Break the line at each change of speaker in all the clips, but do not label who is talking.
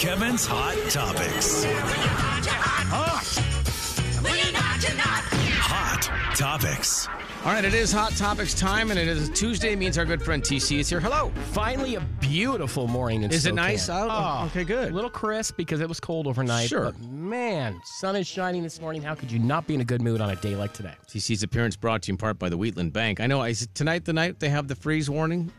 Kevin's Hot Topics. Hot Topics.
All right, it is Hot Topics time, and it is Tuesday. Means our good friend TC is here. Hello.
Finally, a beautiful morning. In
Is it
Spokane.
nice out?
Oh,
Okay, good.
A little crisp because it was cold overnight.
Sure.
But man, sun is shining this morning. How could you not be in a good mood on a day like today?
TC's appearance brought to you in part by the Wheatland Bank. I know. Is it tonight the night they have the freeze warning?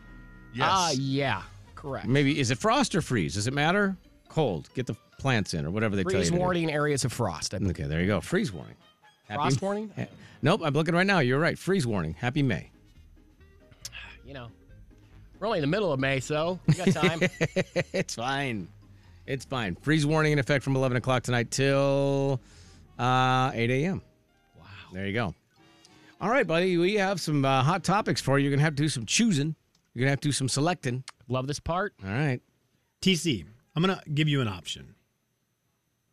Ah, yeah, correct.
Maybe is it frost or freeze? Does it matter? Cold. Get the plants in or whatever they tell you.
Freeze
to do.
warning areas of frost. I believe.
Okay, there you go. Freeze warning. Happy-
Frost warning?
Eh, Nope, I'm looking right now. You're right. Freeze warning. Happy May.
You know, we're only in the middle of May, so we got time.
it's fine. It's fine. Freeze warning in effect from 11 o'clock tonight till uh, 8 a.m. Wow. There you go. All right, buddy. We have some uh, hot topics for you. You're going to have to do some choosing. You're going to have to do some selecting.
Love this part.
All right.
TC, I'm going to give you an option.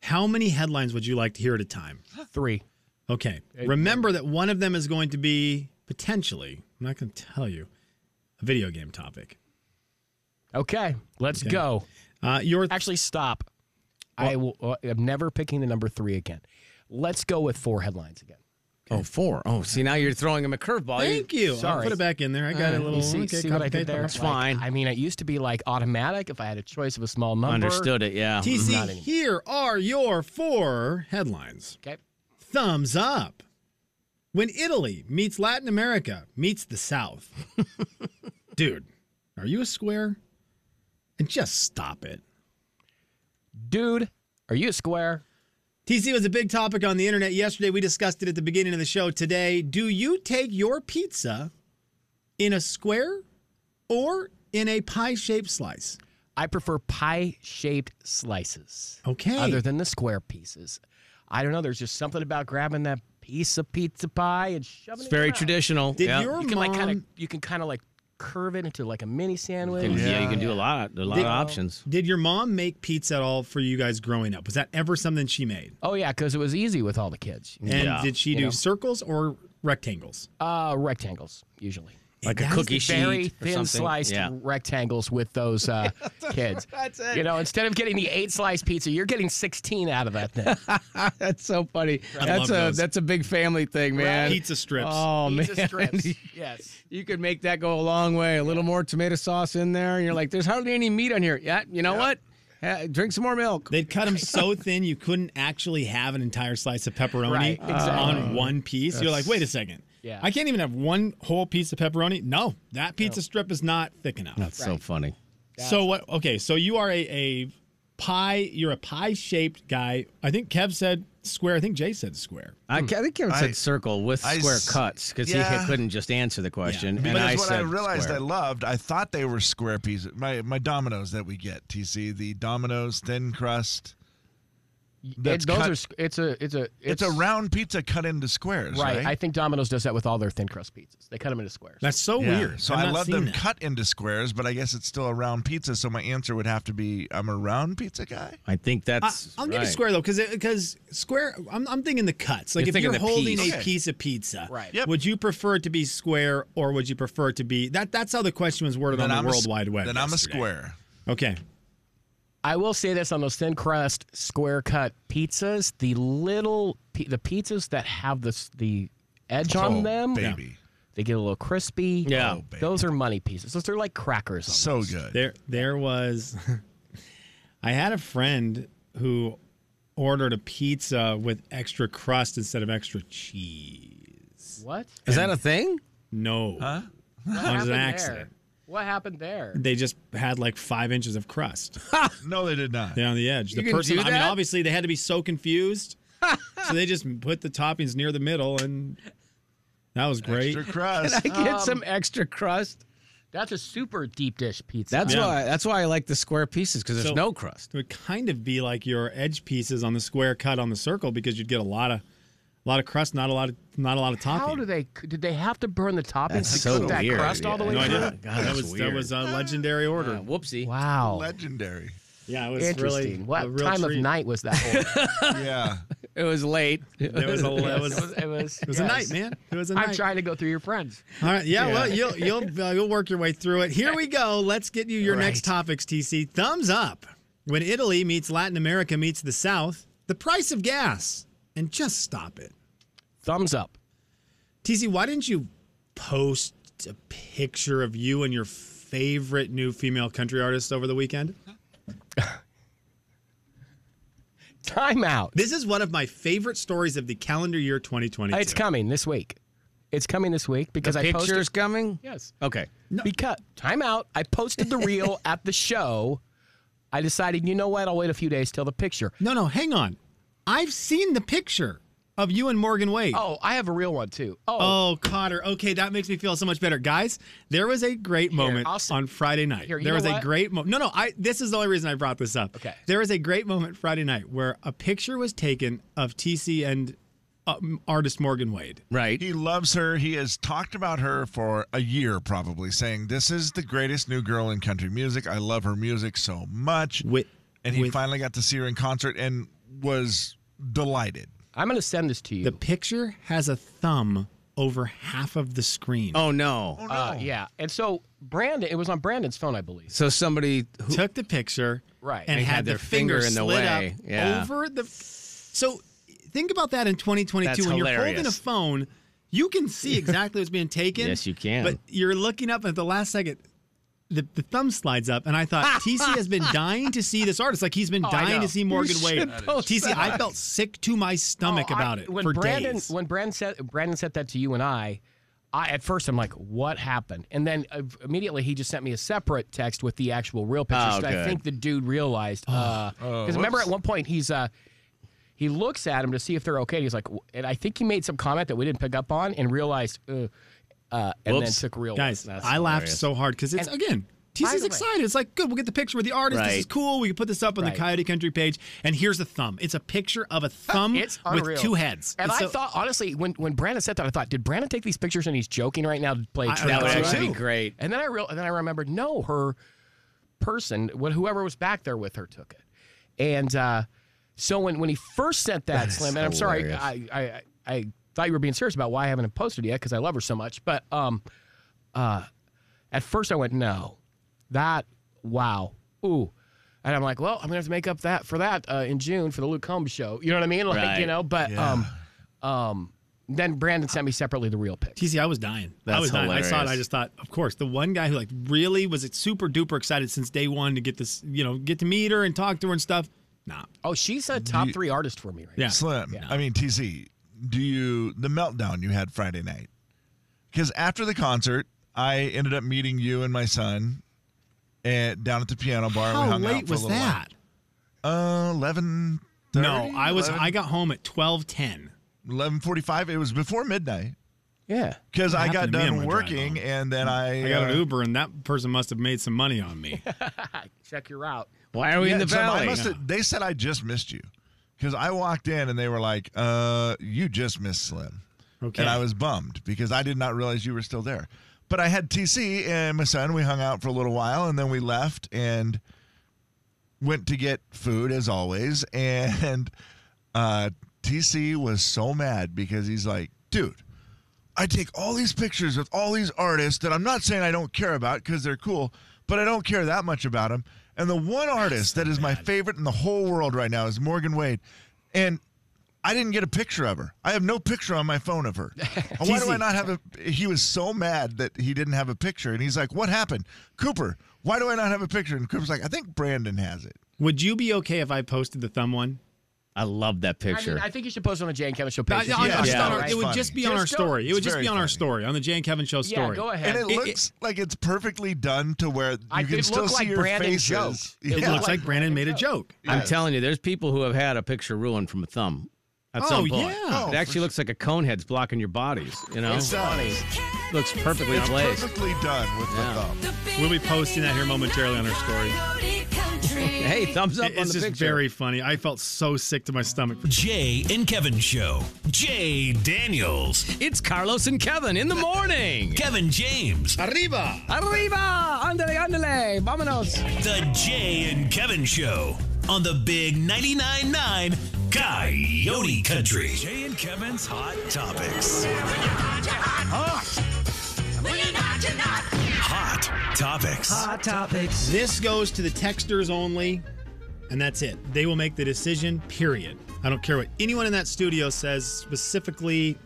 How many headlines would you like to hear at a time?
Three.
Okay. Remember that one of them is going to be potentially, I'm not going to tell you, a video game topic.
Okay, let's
Okay.
go.
Uh, your
Actually, stop. I will. uh, I'm never picking the number three again. Let's go with four headlines again.
Oh, four. Oh, see, now you're throwing him a curveball. You-
thank you. I'll
sorry.
put it back in there. I got a little.
You see,
okay,
see what I did
complicated.
there?
That's
Like,
fine.
fine.
I mean, it used to be like automatic if I had a choice of a small number.
Understood it. Yeah.
Not
TC,
anymore.
here are your four headlines.
Okay.
Thumbs up. When Italy meets Latin America, meets the South. Dude, are you a square? And just stop it.
Dude, are you a square?
TC was a big topic on the internet yesterday. We discussed it at the beginning of the show today. Do you take your pizza in a square or in a pie shaped slice?
I prefer pie shaped slices
Okay.
other than the square pieces. I don't know. There's just something about grabbing that piece of pizza pie and shoving
Mm-hmm. It's
it.
very
down.
traditional.
Did
yeah.
your
You can like kind of
mom-
you can kind of like curve it into like a mini sandwich.
yeah. you can do a lot. There are a lot
Did-
of options.
Did your mom make pizza at all for you guys growing up? Was that ever something she made?
Oh yeah, because it was easy with all the kids.
And
Yeah,
did she
you
do
know.
circles or rectangles?
Uh, rectangles usually.
Like a
that's
cookie
the
sheet.
Very
or
thin
something.
sliced
Yeah.
rectangles with those uh, kids. You know, instead of getting the eight slice pizza, you're getting 16 out of that thing.
That's so funny.
love
that's a
those.
that's a big family thing, man.
Pizza strips.
Oh
pizza
man.
strips. Yes.
You could make that go a long way. A little more tomato sauce in there, and you're like, "There's hardly any meat on here." Yeah, you know what? Ha- drink some more milk.
They'd cut them so thin you couldn't actually have an entire slice of pepperoni
Right,
Uh,
on one piece. You're like, wait a second.
Yeah.
I can't even have one whole piece of pepperoni. No, that pizza strip is not thick enough.
That's so funny.
so what? Okay, so you are a, a pie. You're a pie-shaped guy. I think Kev said square. I think Jay said square.
I, ca- I think Kevin
I-
said circle with
I
square
s-
cuts because he
yeah.
ca- couldn't just answer the question.
Because
and
Because
I
what
said
I realized
square.
I loved, I thought they were square pieces. My my Domino's that we get, TC, the Domino's thin crust. That's
It- those
cut-
are squ- it's a it's a
It's, a round pizza cut into squares,
right.
right?
I think Domino's does that with all their thin crust pizzas. They cut them into squares.
That's so
Yeah.
weird.
So
I've
I
not
love
seen
them
that.
cut into squares, but I guess it's still a round pizza. So my answer would have to be, I'm a round pizza guy.
I think
I,
that's.
I'll give you
right.
square though, because because square. I'm, I'm thinking the cuts. Like
You're
if
thinking
you're
the
holding
piece.
a
Okay.
piece of pizza,
Right.
Yep.
Would you prefer it to be square or would you prefer it to be that? That's how the question was worded on the
I'm a,
World
s-
Wide Web.
Then I'm a
yesterday.
square.
Okay.
I will say this on those thin crust square cut pizzas, the little pi- the pizzas that have the s- the edge on
Oh,
them,
baby,
they get a little crispy.
Yeah.
Oh, baby.
Those are money pieces. Those are like crackers. almost.
so good.
There there was. I had a friend who ordered a pizza with extra crust instead of extra cheese.
What?
Is that a thing?
No, huh?
What
was an
happened there?
accident.
What happened there?
They just had like five inches of crust.
No, they did not.
down the edge.
You
the
can
person,
do
I mean,
that?
obviously they had to be so confused, so they just put the toppings near the middle, and that was great.
Extra crust.
I get some extra crust.
That's a super deep dish pizza.
That's
Yeah.
why. That's why I like the square pieces because there's
So-
no crust.
It would kind of be like your edge pieces on the square cut on the circle because you'd get a lot of, a lot of crust, not a lot of, not a lot of topping.
How do they? Did they have to burn the toppings
That's
to
so
cook that
weird.
crust all the way
no
Yeah.
through?
idea.
God,
that
that's
was that
weird.
was a legendary order.
Uh, whoopsie.
Wow.
Legendary.
Yeah, it was
Interesting.
really a
what
real
time
treat.
of night was that? order?
Yeah.
It was late.
It was a, it was,
it was.
it
It was,
was a night, man. It was a
I'm
night.
trying to go through your friends.
All right. Yeah, well, you'll you'll uh, you'll work your way through it. Here we go. Let's get you your next
Right.
topics, TC. Thumbs up. When Italy meets Latin America meets the South, the price of gas. And just stop it.
Thumbs up.
TC, why didn't you post a picture of you and your favorite new female country artist over the weekend?
Timeout.
This is one of my favorite stories of the calendar year 2022.
It's coming this week. It's coming this week because I
Pictures
posted.
coming?
Yes.
Okay.
Because timeout. I posted the reel at the show. I decided, you know what? I'll wait a few days till the picture.
no, no, hang on. I've seen the picture of you and Morgan Wade.
Oh, I have a real one too. Oh,
Oh, Cotter. Okay, that makes me feel so much better. Guys, there was a great moment
I'll s-
on Friday night.
Here, you
there
know
was a
what?
great moment. No, no, I this is the only reason I brought this up.
Okay.
There was a great moment Friday night where a picture was taken of TC and uh, artist Morgan Wade.
Right.
He loves her. He has talked about her for a year, probably, saying, This is the greatest new girl in country music. I love her music so much.
With,
and he
with
finally got to see her in concert and was delighted.
I'm going to send this to you.
the picture has a thumb over half of the screen.
Oh no.
Uh, yeah. And so Brandon, it was on Brandon's phone, I believe.
So somebody who
took the picture
Right.
and, had, their finger, in the slid way up
Yeah.
over the so think about that in 2022
That's
when you're holding a
hilarious.
phone you can see exactly what's being taken
Yes, you can.
but you're looking up at the last second the, the thumb slides up and i thought tc has been dying to see this artist like he's been dying to see morgan wade tc i felt sick to my stomach
Oh, I-
about it
when
for
Brandon,
days
When Brandon said Brandon said that to you and I, I at first I'm like, what happened? And then uh, immediately he just sent me a separate text with the actual real picture.
Oh,
So I
good.
think the dude
Oh,
realized because remember at one point he's uh, he looks at him to see if they're okay. He's like, "W-" and I think he made some comment that we didn't pick up on and realized, uh, uh, and then
Whoops.
took real
guys
That's
i laughed so hard because it's again
by the
tc's
way-
excited it's like good we'll get the picture with the artist this is
Right.
cool we can put this up on
Right.
the coyote country page and here's a thumb it's a picture of a thumb
It's unreal.
with two heads
And
It's
I
so-
thought honestly, when when Brandon said that, I thought, did Brandon take these pictures and he's joking right now to play? a
I-
trick
that
that
would
would
on us?
actually be
Right.
great.
And then I real and then I remembered, no, her person, what whoever was back there with her took it. And uh, so when when he first sent that, slam, and I'm sorry, I, I I I thought you were being serious about why I haven't posted it yet because I love her so much. But um, uh, at first I went, no, that wow, ooh. And I'm like, well, I'm gonna have to make up that for that uh, in June for the Luke Combs show. You know what I mean? Like, you
Right.
know. But um, um, then Brandon sent me separately the real pic.
TC, I was dying. I
That's
was dying. I saw it. I
hilarious.
just thought, of course, the one guy who like really was super duper excited since day one to get this, you know, get to meet her and talk to her and stuff. Nah,
Oh, she's a top three artist for me right
Yeah.
Slim, I mean, TC, do you, the meltdown you had Friday night? Because after the concert, I ended up meeting you and my son at, down at the piano bar. and we
how
hung out
late
for a
was
little
that?
While. Uh, 11.
No, I was. I got home at twelve ten.
11:45. It was before midnight
now. Yeah.
because I got
happened to me on
done
my drive
working,
home?
and then I,
Mm. I got
uh,
an Uber, and that person must have made some money on me.
Check your route.
Why are we in the
so I
valley?
must have- they said I just missed you because I walked in and they were like, uh, "You just missed Slim,"
Okay.
and I was bummed because I did not realize you were still there. But I had TC and my son. We hung out for a little while, and then we left and went to get food as always. And uh, TC was so mad because he's like, "Dude." I take all these pictures with all these artists that I'm not saying I don't care about because they're cool, but I don't care that much about them. And the one artist that is my favorite in the whole world right now is Morgan Wade. And I didn't get a picture of her. I have no picture on my phone of her. And why do I not have a? He was so mad that he didn't have a picture. And he's like, What happened? Cooper, why do I not have a picture? And Cooper's like, I think Brandon has it.
Would you be okay if I posted the thumb one?
I love that
I, mean,
picture.
I think you should post on the Jay and Kevin show
I- I-
page.
I-
Yeah,
I-
yeah.
on our-
Right.
It would
Funny.
just be on
Just
our
go-
story. It would
it's
just
very
be on our
funny.
story on the Jay and Kevin show
Yeah,
story.
go
And
ahead.
it
It-
looks like it's perfectly done to where you
I
can
did
still
look
see
like
your
Brandon
faces.
joked. It
It
Yeah.
looks like Brandon made a joke.
I'm telling you, there's people who have had a picture ruined from a thumb. At
Oh,
some point.
yeah.
Oh,
It actually looks like a conehead's blocking your bodies. You know,
uh,
It's funny.
looks perfectly
It's
placed.
perfectly done with the thumb.
We'll be posting that here momentarily on our story.
Hey, thumbs up
It-
on
It's
the
just
picture.
very funny. I felt so sick to my stomach. for-
Jay and Kevin Show. Jay Daniels.
It's Carlos and Kevin in the morning.
Kevin James.
Arriba!
Arriba, andale, andale, vámonos.
The Jay and Kevin Show on the big 99.9 9 Coyote Country. Jay and Kevin's Hot Topics. Hot Topics.
Hot topics.
This goes to the texters only. and that's it. They will make the decision, period. I don't care what anyone in that studio says, specifically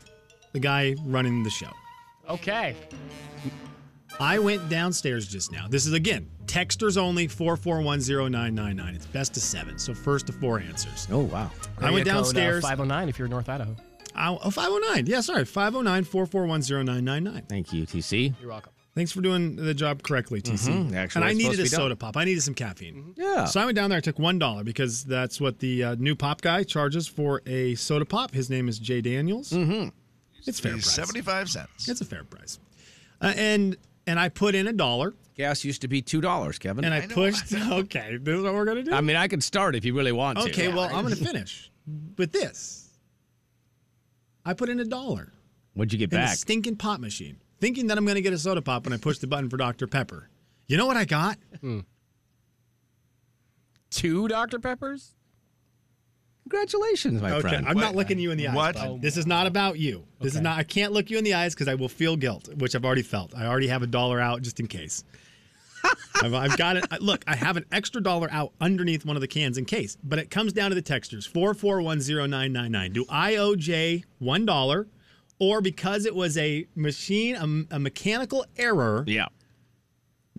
the guy running the show.
Okay.
I went downstairs just now. This is again, texters only 4410999. It's best of 7. So first to four answers.
Oh, wow.
I
Area
went
code, uh,
downstairs.
509 if you're in North Idaho.
Ow, oh, 509. Yeah, sorry. 509 4410999.
Thank you, TC.
You're welcome.
Thanks for doing the job correctly, TC.
Mhm, actually,
and I
it's supposed
needed
to
a
be done. Mm-hmm.
soda pop. I needed some caffeine.
Yeah.
So I went down there. I took one dollar because that's what the uh, new pop guy charges for a soda pop. His name is Jay Daniels. Mm-hmm. It's fair price.
Seventy-five cents.
It's a fair price. Uh, and and I put in a dollar
Gas used to be $2, Kevin.
and I,
I know.
pushed. Okay, this is what we're gonna do.
I mean, I could start if you really want to.
okay, well I'm gonna finish with this. I put in a dollar
What'd you get
in a
back?
stinking pop machine, thinking that I'm gonna get a soda pop when I push the button for Dr Pepper. You know what I got?
Two Dr. Peppers?
Congratulations, my
Okay,
friend.
I'm not
What?
looking you in the eyes.
What?
bud. This is not about you. This is not. I can't look you in the eyes because I will feel guilt, which I've already felt. I already have a dollar out just in case. I've, I've got it. I- Look, I have an extra dollar out underneath one of the cans in case. But it comes down to the textures four four one zero nine nine nine. Do I owe Jay one dollar, or because it was a machine, a, a mechanical error,
yeah.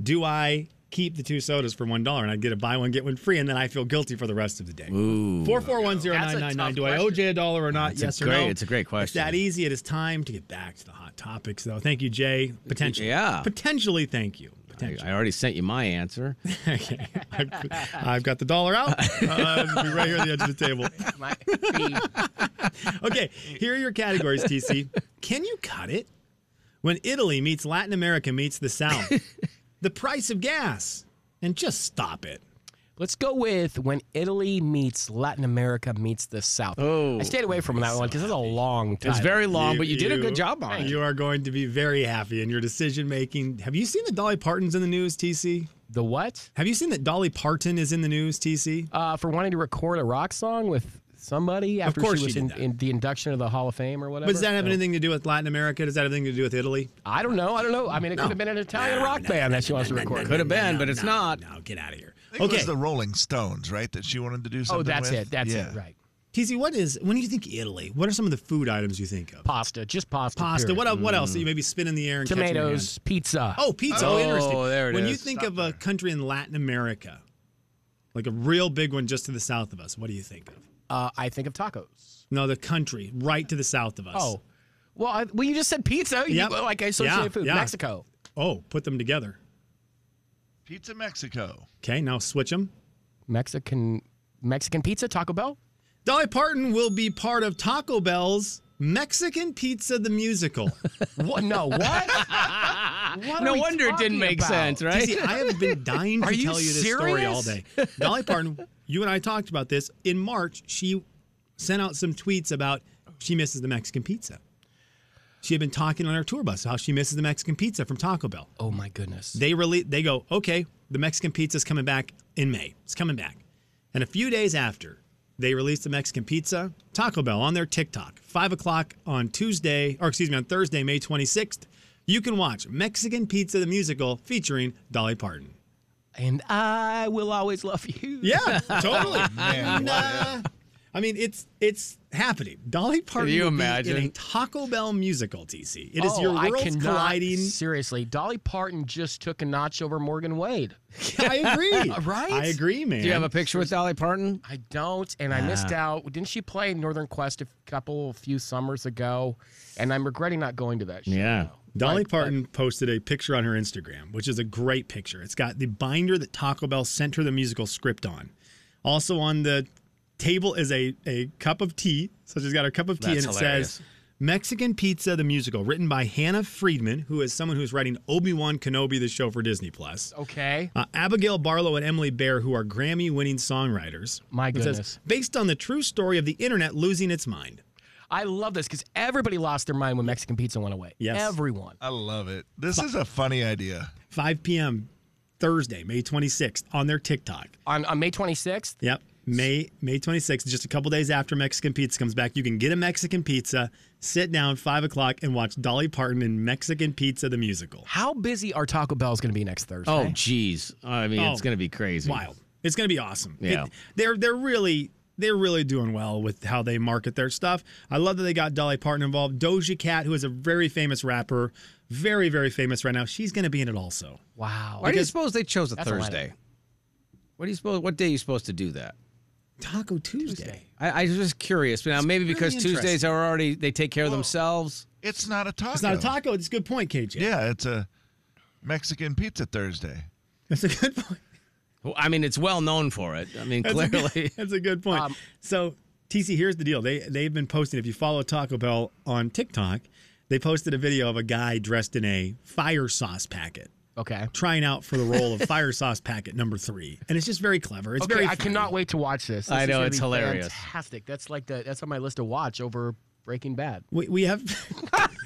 do I keep the two sodas for one dollar and I get a buy one get one free, and then I feel guilty for the rest of the day?
Ooh.
Four four one zero
That's a
nine nine nine.
tough
Do I
question.
owe Jay a dollar or not?
It's a
yes or
great-
no?
it's a great
It's
question.
that easy. It is time to get back to the hot topics, though. Thank you, Jay. Potentially,
Yeah.
Potentially, thank you. Potentially.
I already sent you my answer.
okay. I've, I've got the dollar out. Uh, I'll be right here at the edge of the table.
My fee.
Okay. Here are your categories, TC. Can you cut it? When Italy meets Latin America meets the South, the price of gas, and just stop it.
Let's go with when Italy meets Latin America meets the South.
Oh.
I stayed away from that one because it's a long time.
It's very long, but you did a good job on
Hey,
it.
You are going to be very happy in your decision making. Have you seen that Dolly Parton's in the news, TC?
the what?
Have you seen that Dolly Parton is in the news, TC?
Uh, for wanting to record a rock song with somebody after
course
she
she
was
did
in,
that.
in the induction of the Hall of Fame or whatever.
But does that have
So-
anything to do with Latin America? Does that have anything to do with Italy?
I don't know. I don't know. I mean, it could have been an Italian rock band that she wants to record. Oh,
Could have been, but it's not.
No, get out of here.
I think it
Okay,
was the Rolling Stones, right? That she wanted to do something.
oh, that's
with?
it. That's
Yeah.
it. Right.
TC, what is when you think Italy? What are some of the food items you think of?
Pasta. Just pasta.
Pasta.
period.
What el- what else? You maybe spin in the air and catch in your hand.
Tomatoes. Pizza.
Oh, pizza.
Oh,
Oh, interesting.
there it
when you
is.
think of a country in Latin America, like a real big one just to the south of us, what do you think of?
Uh, I think of tacos.
No, the country right to the south of us.
Oh. Well, I, well, you just said pizza. You-
Yep.
like I associate
Yeah,
food.
yeah.
Mexico.
Oh, put them together.
Pizza Mexico.
Okay, now switch them.
Mexican Mexican pizza, Taco Bell.
Dolly Parton will be part of Taco Bell's Mexican Pizza the Musical.
What? No. What? What are
No
we
wonder it didn't
talking
make
about?
sense, right?
TC, I have been dying to
Are you
tell you this story all day.
serious?
Dolly Parton, you and I talked about this. In March, she sent out some tweets about she misses the Mexican pizza. She had been talking on her tour bus how she misses the Mexican pizza from Taco Bell.
Oh my goodness.
They release. They go, okay, the Mexican pizza's coming back in May. It's coming back, and a few days after they released the Mexican pizza, Taco Bell on their TikTok, five o'clock on Tuesday, or excuse me, on Thursday, May twenty sixth, you can watch Mexican Pizza the musical featuring Dolly Parton.
and I will always love you.
Yeah, totally.
Man, what
Nah. uh, I mean, it's it's happening. Dolly Parton
you
will be
imagine?
in a Taco Bell musical. TC, it is
Oh,
your
I
worlds
cannot-
colliding.
Seriously, Dolly Parton just took a notch over Morgan Wade.
I agree.
Right?
I agree, man.
Do you have a picture with Dolly Parton?
I don't, and I missed out. Didn't she play Northern Quest a couple, few summers ago? And I'm regretting not going to that. Show.
Yeah.
Dolly Parton posted a picture on her Instagram, which is a great picture. It's got the binder that Taco Bell sent her the musical script on. Also on the table is a, a cup of tea. So she's got her cup of tea
That's
and it
hilarious.
says Mexican Pizza the Musical, written by Hannah Friedman, who is someone who's writing Obi-Wan Kenobi the show for Disney Plus.
Okay.
Uh, Abigail Barlow and Emily Bear, who are Grammy winning songwriters.
My
It says,
goodness.
Based on the true story of the internet losing its mind.
I love this because everybody lost their mind when Mexican pizza went away.
Yes.
Everyone.
I love it. This is a funny idea.
5 p.m. Thursday, May 26th, on their TikTok.
On, on May 26th,
Yep. May May 26th, just a couple days after Mexican pizza comes back, you can get a Mexican pizza, sit down five o'clock, and watch Dolly Parton in Mexican Pizza the musical.
how busy are Taco Bell's going to be next Thursday?
Oh, geez. I mean, it's
Oh.
going to be crazy.
Wild. It's going to be awesome.
Yeah.
they're they're really they're really doing well with how they market their stuff. I love that they got Dolly Parton involved. Doja Cat, who is a very famous rapper, very very famous right now, she's going to be in it also.
Wow.
Why do you suppose they chose a
That's a lineup.
Thursday? What do you suppose? What day are you supposed to do that?
Taco Tuesday.
I, I was just curious. Now maybe because
really
Tuesdays are already they take care of themselves.
It's not a taco.
It's not a taco. It's a good point, KJ.
Yeah, it's a Mexican pizza Thursday.
that's a good point.
Well, I mean, it's well known for it. I mean,
That's a good-
clearly.
that's a good point.
Um,
so, TC, here's the deal. They they've been posting. If you follow Taco Bell on TikTok, they posted a video of a guy dressed in a fire sauce packet,
Okay.
trying out for the role of fire sauce packet number three, and it's just very clever. It's
okay,
very.
I
funny.
cannot wait to watch this. This
I
is
know,
gonna
it's
be
hilarious.
Fantastic. That's like the that's on my list to watch over Breaking Bad.
We, we have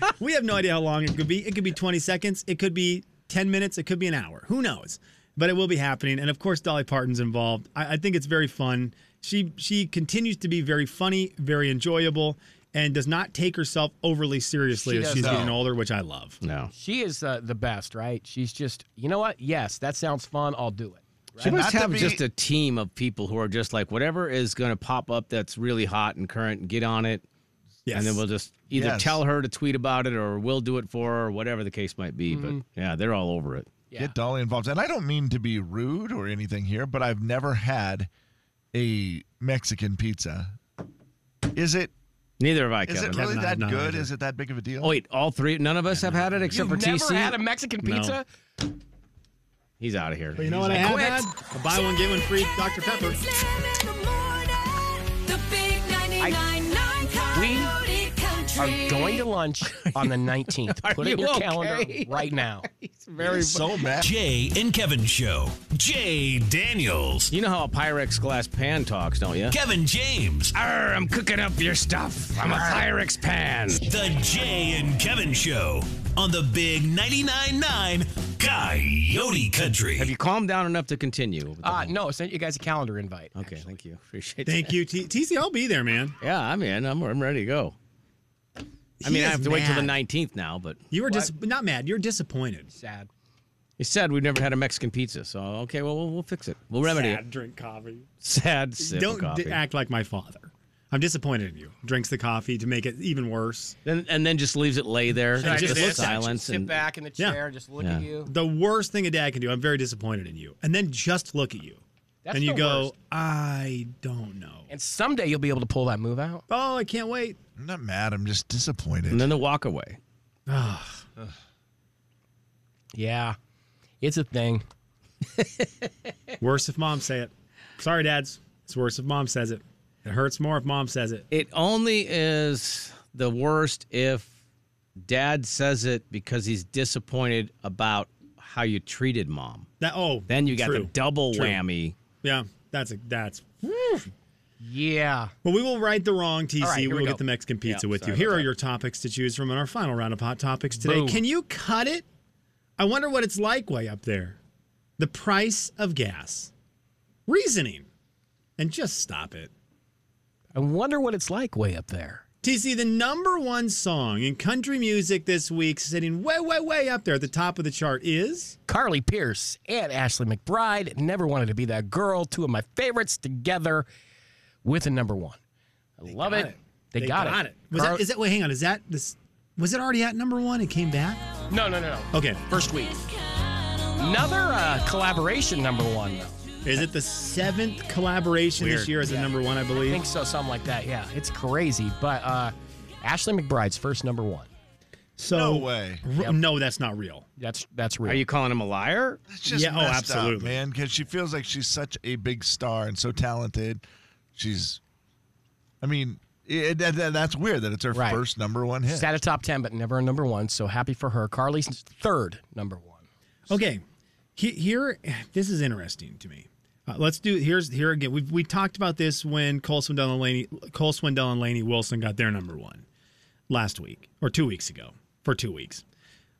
we have no idea how long it could be. It could be 20 seconds. It could be 10 minutes. It could be an hour. Who knows? But it will be happening. And of course, Dolly Parton's involved. I, I think it's very fun. She she continues to be very funny, very enjoyable, and does not take herself overly seriously
She
as
does
she's
not.
getting older, which I love.
no.
She is uh, the best, right? She's just you know what? Yes, that sounds fun. I'll do it.
She must
Not to
have
be-
just a team of people who are just like whatever is going to pop up that's really hot and current. Get on it,
Yes.
and then we'll just either
Yes.
tell her to tweet about it, or we'll do it for her, or whatever the case might be. But yeah, they're all over it.
Yeah.
Get Dolly involved. And I don't mean to be rude or anything here, but I've never had a Mexican pizza. Is it
Neither have I,
is
Kevin.
it really
Kevin, I
that
have not
good?
either.
Is it that big of a deal?
oh wait, all three. None of us have had it except
You've
for
never
TC.
had a Mexican
No.
pizza?
He's out of here.
But you know what I have had? A buy one get one free Dr Pepper.
I'm going to lunch on the 19th.
Are
Put it in
you
your
okay?
calendar right now.
very so mad.
Jay and Kevin Show. Jay Daniels.
You know how a Pyrex glass pan talks, don't you?
Kevin James.
Arr, I'm cooking up your stuff. I'm a Pyrex pan.
The Jay and Kevin Show on the Big 99.9 9 Coyote Country.
Have you calmed down enough to continue? with the
Uh,
whole-
no, I sent you guys a calendar invite.
okay, thank you. Appreciate
Thank you. T- TC, I'll be there, man.
Yeah, I'm in. I'm, I'm ready to go. I
He
mean, I
is
have to wait till the
mad.
19th now, but
You were dis- not mad. You're disappointed.
Sad.
he said we've never had a Mexican pizza. So, okay, well, we'll, we'll fix it. We'll remedy it.
Sad, drink coffee.
Sad sip of
Don't
coffee.
d- act like my father. I'm disappointed in you. Drinks the coffee to make it even worse.
then, and then just leaves it lay there.
I
Just,
just
the
sit-
silence.
Sit
and,
back in the
Yeah.
chair, just look
Yeah.
at you.
The worst thing a dad can do. I'm very disappointed in you. And then just look at you.
That's
and you
the
go,
worst.
I don't know.
And someday you'll be able to pull that move out.
oh, I can't wait.
I'm not mad. I'm just disappointed.
and then the walk away.
Yeah. It's a thing.
Worse if mom say it. Sorry, dads. It's worse if mom says it. It hurts more if mom says it.
It only is the worst if dad says it because he's disappointed about how you treated mom.
That oh.
Then you got the
true.
double
True.
whammy.
Yeah, that's a that's
Yeah.
well, we will right the wrong TC.
All right,
we
here we
will
go.
get the Mexican pizza
Yeah,
with
sorry
you. Here
about
are
that.
your topics to choose from in our final round of hot topics today.
Boom.
Can you cut it? I wonder what it's like way up there. The price of gas. Reasoning. And just stop it.
I wonder what it's like way up there.
TC, the number one song in country music this week, sitting way, way, way up there at the top of the chart, is
Carly Pierce and Ashley McBride never wanted to be that girl. Two of my favorites together with a number one. I love it. They, got, it.
Was
Carl-
that, is that? Wait, hang on. Is that this? Was it already at number one? It came back.
no, no, no, no.
Okay.
First week. Another uh, collaboration number one. Though.
Is it the seventh collaboration this
Weird.
year as a number one? I
I
believe.
think so, something like that. Yeah, it's crazy. But uh, Ashley McBride's first number one.
so.
No way.
R- No, that's not real.
That's that's real.
Are you calling him a liar?
That's just
Yeah, oh,
messed up,
absolutely.
man. Because she feels like she's such a big star and so talented. She's, I mean, it, that, that- that's weird that it's her
Right.
first number one hit.
She's at a top ten, but never a number one. So happy for her. Carly's third number one.
Okay, he- here, this is interesting to me. Uh, let's do here's here again. We we talked about this when Cole Swindell and Laney Cole Swindell and Laney Wilson got their number one last week or two weeks ago for two weeks.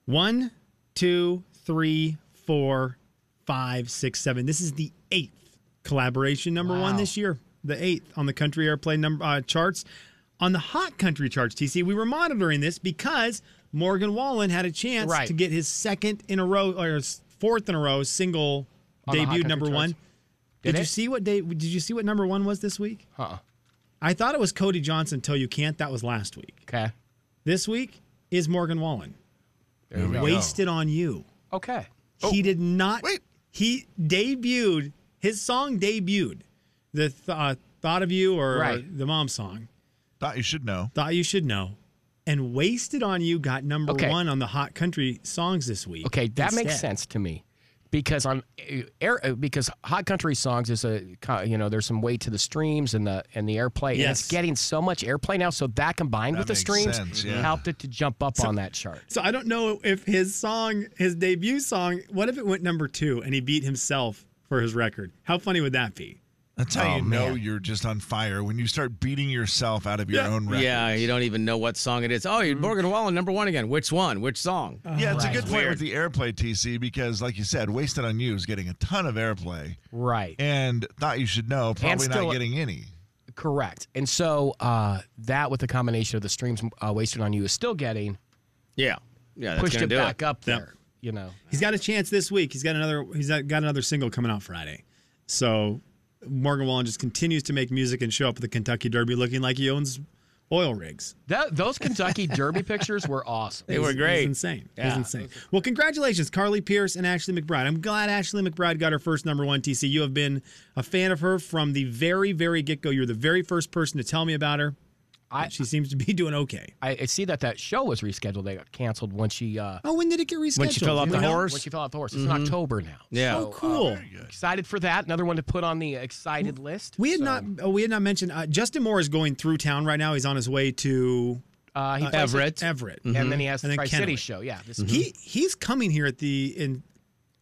One, two, three, four, five, six, seven. This is the eighth collaboration number one
Wow.
this year. The eighth on the country airplay number uh, charts. On the hot country charts, TC, we were monitoring this because Morgan Wallen had a chance
Right.
to get his second in a row or his fourth in a row single
the hot
debuted
country
number
charts.
one.
Did
Did,
it?
you see what day? Did you see what number one was this week?
Huh.
I thought it was Cody Johnson until you can't. That was last week.
Okay.
This week is Morgan Wallen.
There you go.
Wasted on you.
Okay.
He did not.
Wait.
He debuted his song. Debuted the th- uh, thought of you or
Right.
the mom song.
Thought you should know.
Thought you should know. And wasted on you got number
Okay.
one on the hot country songs this week.
Okay, that makes
instead.
sense to me because on uh, air uh, because hot country songs is a co- you know there's some weight to the streams and the and the airplay and it's
Yes.
getting so much airplay now so that combined with the
makes
streams
sense, yeah.
helped it to jump up on that chart.
So I don't know if his song, his debut song, what if it went number two and he beat himself for his record? How funny would that be?
That's how
Oh,
you know
man.
you're just on fire when you start beating yourself out of your
Yeah.
own record.
Yeah, you don't even know what song it is. Oh, you're Morgan Wallen, number one again. Which one? Which song?
Uh,
Yeah, it's a good point with the airplay, TC, because like you said, Wasted on You is getting a ton of airplay
Right.
and Thought You Should Know, probably
still-
not getting any.
Correct. And so uh, that with the combination of the streams uh, wasted on you is still getting
yeah, yeah, that's
pushed
gonna
it
do
back up
Yep.
there, you know.
He's got a chance this week. He's got another. He's got another single coming out Friday. So Morgan Wallen just continues to make music and show up at the Kentucky Derby looking like he owns oil rigs.
That, those Kentucky Derby pictures were awesome.
They were
It's-
great.
It's insane.
Yeah.
It's insane. Well, congratulations, Carly Pierce and Ashley McBride. I'm glad Ashley McBride got her first number one TC. You have been a fan of her from the very, very get go. You're the very first person to tell me about her.
I-
she seems to be doing okay.
I, I see that that show was rescheduled. They got canceled when she uh,
Oh, when did it get rescheduled?
When she fell off
Do
the
we know?
horse? Mm-hmm.
when she fell off the horse. It's in October now.
Yeah.
Oh, cool.
Excited for that. Another one to put on the excited list.
We had
So,
not oh, we had not mentioned uh, Justin Moore is going through town right now. He's on his way to
Uh, he plays it-
Everett. Mm-hmm.
Everett. Mm-hmm.
And then he has
And
the
then
Tri City
Kennewick. Mm-hmm.
show. Yeah. This
He he's coming here at the in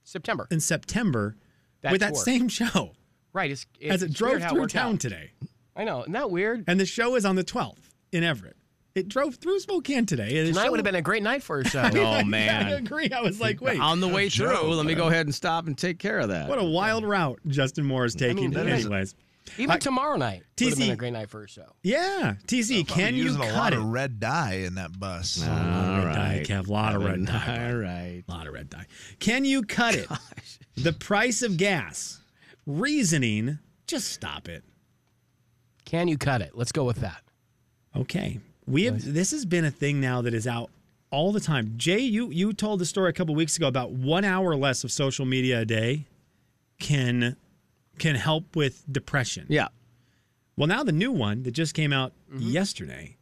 September.
in September
That
with that
tour.
same show
Right. It's, it's,
as it
it's
drove
weird how
through
worked
town
out.
today.
I know. Isn't that weird?
And the show is on the 12th in Everett. It drove through Spokane today. and the
Tonight
show-
would have been a great night for a show.
Oh,
I
man.
agree. I was like, wait,
On the way
joke,
through, let me go ahead and stop and take care of that.
what a wild route Justin Moore is taking.
that is-
Anyways,
Even tomorrow night would have
TC
been a great night for a show.
yeah, TC, can
Probably
you
using a
cut
lot
it? Uh,
of red dye in that bus?
All
red dye, Kev. Lot of red dye.
All right.
A lot of red dye. Can you cut it? The price of gas. Reasoning. Just stop it.
Can you cut it? Let's go with that.
Okay. We have this has been a thing now that is out all the time. Jay, you you told the story a couple weeks ago about one hour less of social media a day can can help with depression.
Yeah.
Well, now the new one that just came out yesterday.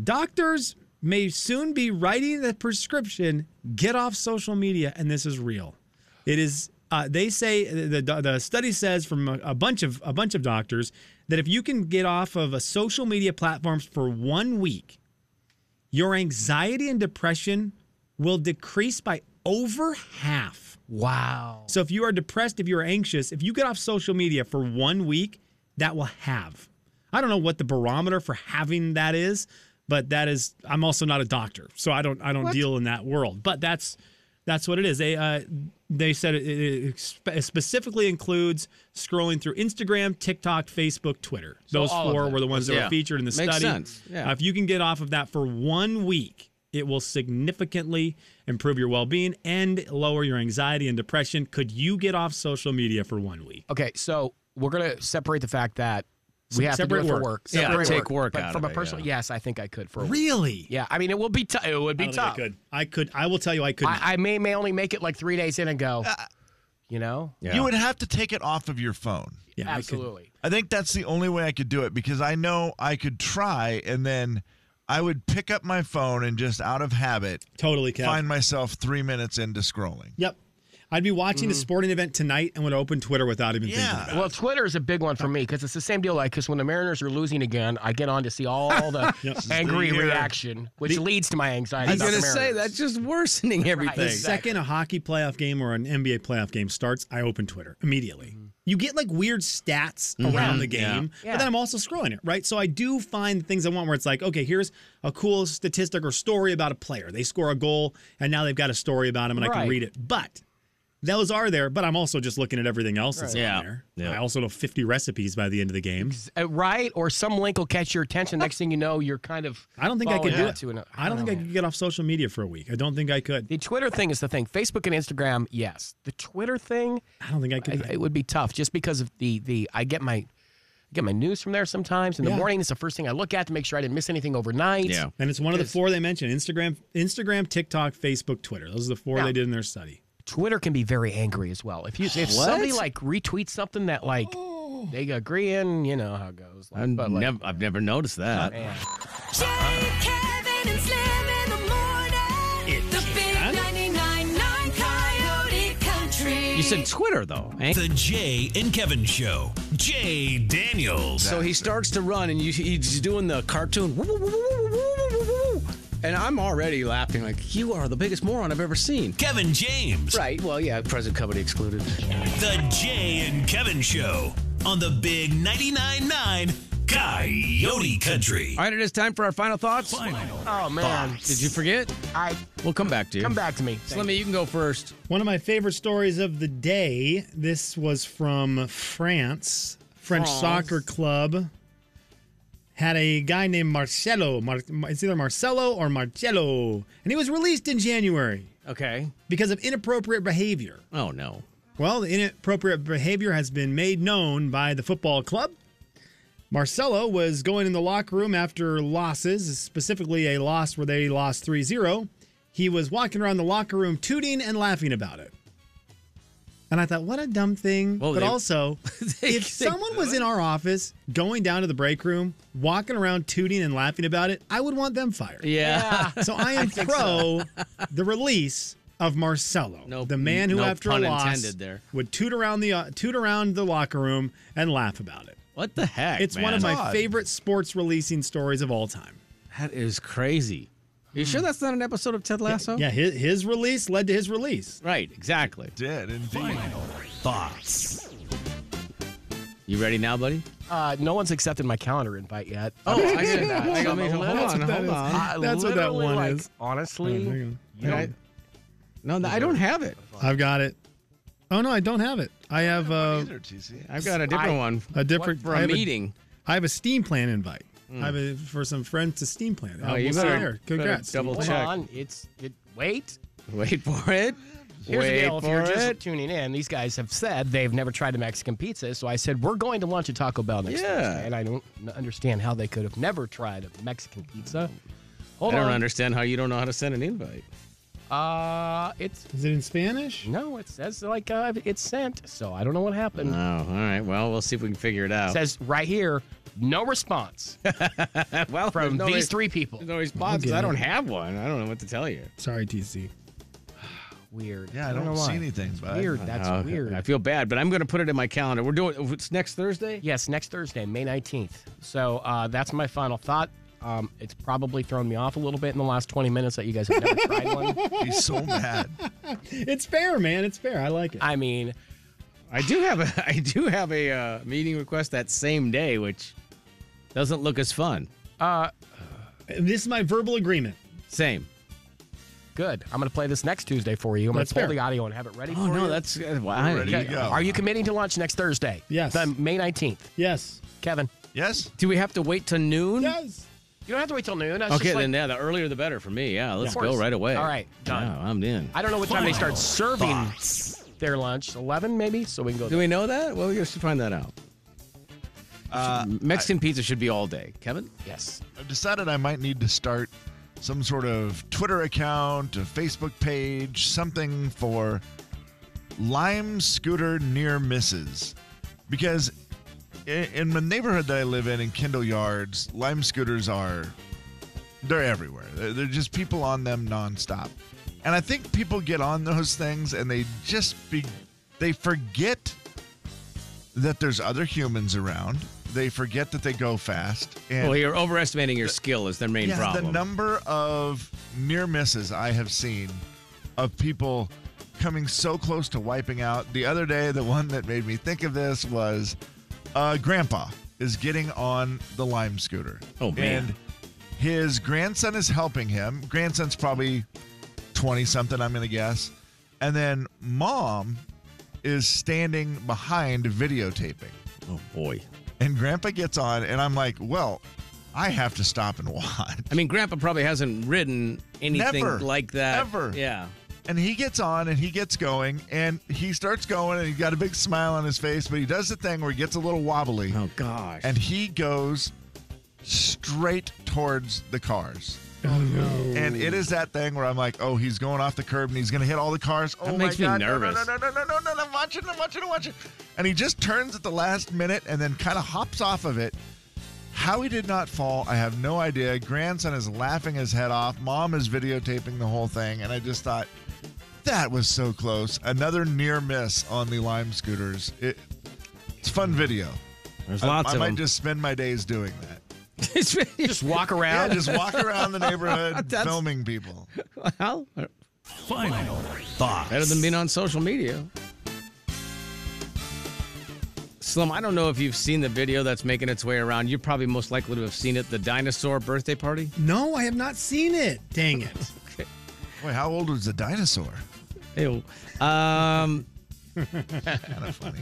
Doctors may soon be writing the prescription get off social media and this is real. It is uh, they say the, the the study says from a, a bunch of a bunch of doctors that if you can get off of a social media platforms for 1 week, your anxiety and depression will decrease by over half.
Wow.
So if you are depressed, if you're anxious, if you get off social media for one week, that will have. I don't know what the barometer for having that is, but that is. I'm also not a doctor, so I don't. I don't deal in that world. But that's that's what it is. They uh, they said it, it spe- specifically includes scrolling through Instagram, TikTok, Facebook, Twitter. Those
all of
four
that.
were the ones that
Yeah.
were featured in the
Makes
study.
sense. Yeah.
Uh, if you can get off of that for one week, it will significantly improve your well being and lower your anxiety and depression. Could you get off social media for one week?
Okay, so we're gonna separate the fact that we have
Separate
to do it for
work.
work.
Yeah,
Separate
take work
but
out
from
of
a
it,
personal.
yeah.
Yes, I think I could for. a week.
Really?
Yeah, I mean it will be. T- it would be
I don't think I
tough.
could. I could. I will tell you, I could. not.
I, I may may only make it like three days in and go.
Uh,
you know.
Yeah.
You would have to take it off of your phone.
yeah, I could.
Absolutely.
I think that's the only way I could do it because I know I could try and then I would pick up my phone and just out of habit
Totally, Kev.
find myself three minutes into scrolling.
Yep. I'd be watching a sporting event tonight and would open Twitter without even thinking
Yeah.
about it.
Well, Twitter is a big one for me because it's the same deal. Like, because when the Mariners are losing again, I get on to see all the angry
the year.
reaction, which leads to my anxiety.
I was
about
gonna
the
say
Mariners.
that's just worsening everything.
The second a hockey playoff game or an NBA playoff game starts, I open Twitter immediately. You get like weird stats around the game,
Yeah.
but then I'm also scrolling it, right? So I do find things I want where it's like, okay, here's a cool statistic or story about a player. They score a goal and now they've got a story about him and I
Right.
can read it. But those are there, but I'm also just looking at everything else that's
Yeah.
on there.
Yeah.
I also know 50 recipes by the end of the game.
Uh, right? Or some link will catch your attention. Next thing you know, you're kind of.
I don't think I
falling
could do
into
it.
an-
I don't think I could get off social media for a week. I don't think I could.
The Twitter thing is the thing. Facebook and Instagram, yes. The Twitter thing,
I don't think I could.
I, it would be tough just because of the the. I get my. I Get my news from there sometimes in the
Yeah.
morning. It's the first thing I look at to make sure I didn't miss anything overnight.
Yeah.
and it's one of the four they mentioned: Instagram, Instagram, TikTok, Facebook, Twitter. Those are the four
Yeah.
they did in their study.
Twitter can be very angry as well. If you if somebody like retweets something that like
Oh.
they agree in, you know how it goes. Like,
I've,
but like,
nev- I've never noticed that.
man,
Jay, Kevin, and Slim in the morning. the big 99.9 Coyote Country.
You said Twitter though. eh?
The Jay and Kevin Show. Jay Daniels.
So he starts to run, and you, he's doing the cartoon, and I'm already laughing like you are the biggest moron I've ever seen.
Kevin James.
Right. Well, yeah, present company excluded.
The Jay and Kevin Show on the Big 99.9 Coyote Country.
All right, it is time for our final thoughts. Um,
oh man,
Did you forget?
I
We'll come back to you.
come back to me. Thank
Slimmy, you can go first.
One of my favorite stories of the day. This was from France. French
France.
soccer club had a guy named Marcelo. Mar- Mar- it's either Marcelo or Marcello, and he was released in January
Okay.
because of inappropriate behavior.
Oh no.
Well, the inappropriate behavior has been made known by the football club. Marcelo was going in the locker room after losses, specifically a loss where they lost 3 0. He was walking around the locker room tooting and laughing about it. And I thought, what a dumb thing.
Well,
but
they-
also,
they-
if someone was in our office going down to the break room, walking around tooting and laughing about it, I would want them fired.
Yeah.
So I am pro the release of Marcelo,
No-
the man who,
no
after
pun
a loss,
intended there.
would toot around the uh, toot around the locker room and laugh about it.
What the heck?
It's one of
man?
my
Odd.
favorite sports releasing stories of all time.
That is crazy. You sure that's not an episode of Ted Lasso?
Yeah, his, his release led to his release.
Right. Exactly.
Did indeed.
Thoughts.
You ready now, buddy?
you. Uh, no one's accepted my calendar invite yet.
Oh, I did that. Hang on,
I'm a
hold
little-
on, hold on.
I
That's what that
literally,
one
like,
is.
Honestly,
Can I- no, I don't have it.
I've got it. Oh no, I don't have it. I have uh,
Either, TC.
I've got a different
I-
one.
a different
for
I
a
have
meeting.
I have a Steam Plan invite. I have a, for some friends to Steam Plan.
Hmm. Oh,
Uh,
you
we'll see
better-
there.
better
Congrats.
double
hold
check.
on. It's it. Wait.
Wait for it.
Here's
Wait
the deal. If
for
you're just
it.
tuning in, these guys have said they've never tried a Mexican pizza. So I said we're going to lunch at Taco Bell next
Yeah.
Thursday, and I don't n- understand how they could have never tried a Mexican pizza.
I
Hold
don't
on.
understand how you don't know how to send an invite.
Uh, it's
Is it in Spanish?
no. It says like uh, it's sent. So I don't know what happened.
Oh, all right. Well, we'll see if we can figure it out.
It says right here, no response
well, there's
from
no
these
re-
three people.
there's No response.
I'll get
I
it.
don't have one. I don't know what to tell you.
Sorry, TC.
Weird.
Yeah, I don't
know
see
why.
anything, bud.
Weird. That's
Oh,
weird.
I feel bad, but I'm going to put it in my calendar. We're doing it's next Thursday.
Yes, next Thursday, May 19th. So uh, that's my final thought. Um, it's probably thrown me off a little bit in the last 20 minutes that you guys have never tried one.
He's so mad.
It's fair, man. It's fair. I like it.
I mean,
I do have a I do have a uh, meeting request that same day, which doesn't look as fun.
This is my verbal agreement.
Same.
good. I'm going to play this next Tuesday for you. I'm going
That's
to pull
fair.
the audio and have it ready
Oh
for
no,
you.
that's uh, why.
ready.
Okay.
There you go.
Are you committing to lunch next Thursday?
Yes.
The May 19th.
Yes.
Kevin,
Yes?
Do we have to wait till noon?
Yes.
you don't have to wait till noon. I was
Okay,
just like-
then yeah, the earlier the better for me. Yeah, let's
Of
go
course.
right away.
All right, done.
Yeah, I'm in.
I don't know what time they start serving their lunch. 11 maybe? So we can go
Do we know that? Well, we should find that out.
Uh,
Mexican pizza should be all day. Kevin?
Yes.
I've decided I might need to start some sort of Twitter account, a Facebook page, something for Lime Scooter Near Misses. Because i- in the neighborhood that I live in, in Kendall Yards, Lime Scooters are, they're everywhere. They're, they're just people on them nonstop. And I think people get on those things and they just be, they forget that there's other humans around. They forget that they go fast. And
Well, you're overestimating your skill is their main
yeah,
problem.
the number of near misses I have seen of people coming so close to wiping out. The other day, the one that made me think of this was uh, Grandpa is getting on the Lime scooter.
Oh, man.
And his grandson is helping him. Grandson's probably 20 something, I'm going to guess. And then mom is standing behind videotaping.
Oh boy.
And grandpa gets on, and I'm like, well, I have to stop and watch.
I mean, Grandpa probably hasn't ridden anything
Never.
like that
Ever.
Yeah.
And he gets on and he gets going and he starts going and he's got a big smile on his face, but he does the thing where he gets a little wobbly
Oh gosh.
and he goes straight towards the cars. Oh no. And it is that thing where I'm like, oh, he's going off the curb and he's gonna hit all the cars. Oh
makes me
my god. no,
nervous.
No, no, no, no, no, no, no, I'm watching, I'm watching, I'm watching. And he just turns at the last minute and then kind of hops off of it. How he did not fall, I have no idea. Grandson is laughing his head off. Mom is videotaping the whole thing, and I just thought that was so close. Another near miss on the Lime scooters. It, it's fun video.
There's
I-
lots
I,
of
might
them.
just spend my days doing that.
Just walk
Yeah,
around.
just walk around the neighborhood
That's-
filming people.
well,
Final thoughts.
better than being on social media. Slim, I don't know if you've seen the video that's making its way around. You're probably most likely to have seen it. The dinosaur birthday party.
No, I have not seen it. Dang it.
Boy, how old was the dinosaur?
Ew. Um,
Kind of funny.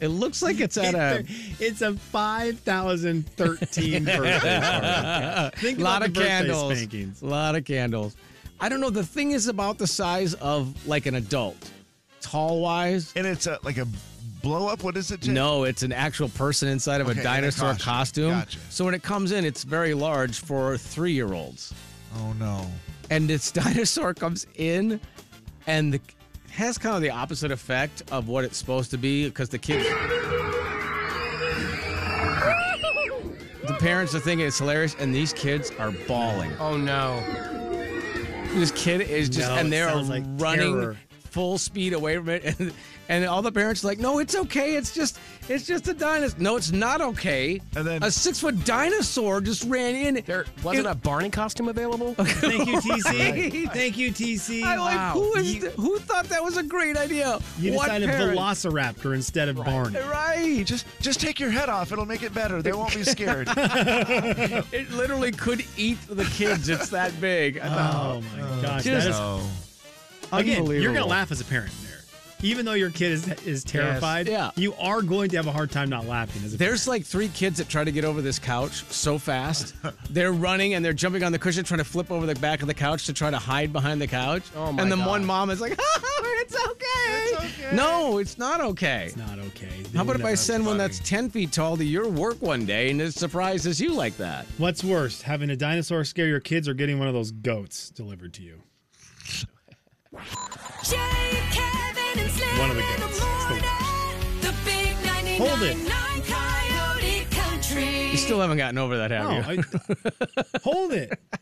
it looks like it's at a
it's a 5013 birthday party. Think about
lot
the
of
birthday
candles.
spankings.
A lot of candles. I don't know. The thing is about the size of like an adult, tall wise.
And it's a, like a blow up. What is it? Jay?
No, it's an actual person inside of
Okay, in
a
a
dinosaur
costume.
costume.
Gotcha.
So when it comes in, it's very large for three year olds.
Oh no.
And this dinosaur comes in and the, it has kind of the opposite effect of what it's supposed to be because the kids. The parents are thinking it's hilarious, and these kids are bawling.
Oh no.
This kid is just,
No,
and
it
they're
sounds like
running
terror.
full speed away from it, and, and all the parents are like, "No, it's okay. It's just, it's just a dinosaur. No, it's not okay.
And then-
a six foot dinosaur just ran in.
There wasn't a Barney costume available?
Thank you, TC.
Right.
Thank you, TC.
I like who is
You,
th- who thought that was a great idea?
you
What
decided
parent?
Velociraptor instead of Barney.
Right.
Just just take your head off. It'll make it better. They won't be scared.
It literally could eat the kids. It's that big. I thought,
Oh my gosh.
Just-
that is
no.
Again, you're gonna
Unbelievable.
laugh as a parent there. Even though your kid is is terrified,
Yeah.
you are going to have a hard time not laughing as a
There's like three kids that try to get over this couch so fast. They're running and they're jumping on the cushion, trying to flip over the back of the couch to try to hide behind the couch.
Oh, my
and then
God.
one mom is like, oh, it's okay.
It's okay.
No, it's not okay.
It's not okay. They
How about
will
if I
never-
send one that's 10 feet tall to your work one day and it surprises you like that?
What's worse, having a dinosaur scare your kids or getting one of those goats delivered to you?
Jay, Kevin, and Slim
One of the
in
goats. It's
the
the
morning. The big 99.9
Hold it.
Coyote Country.
Oh, You still haven't gotten over that, have
No,
you?
I- hold it.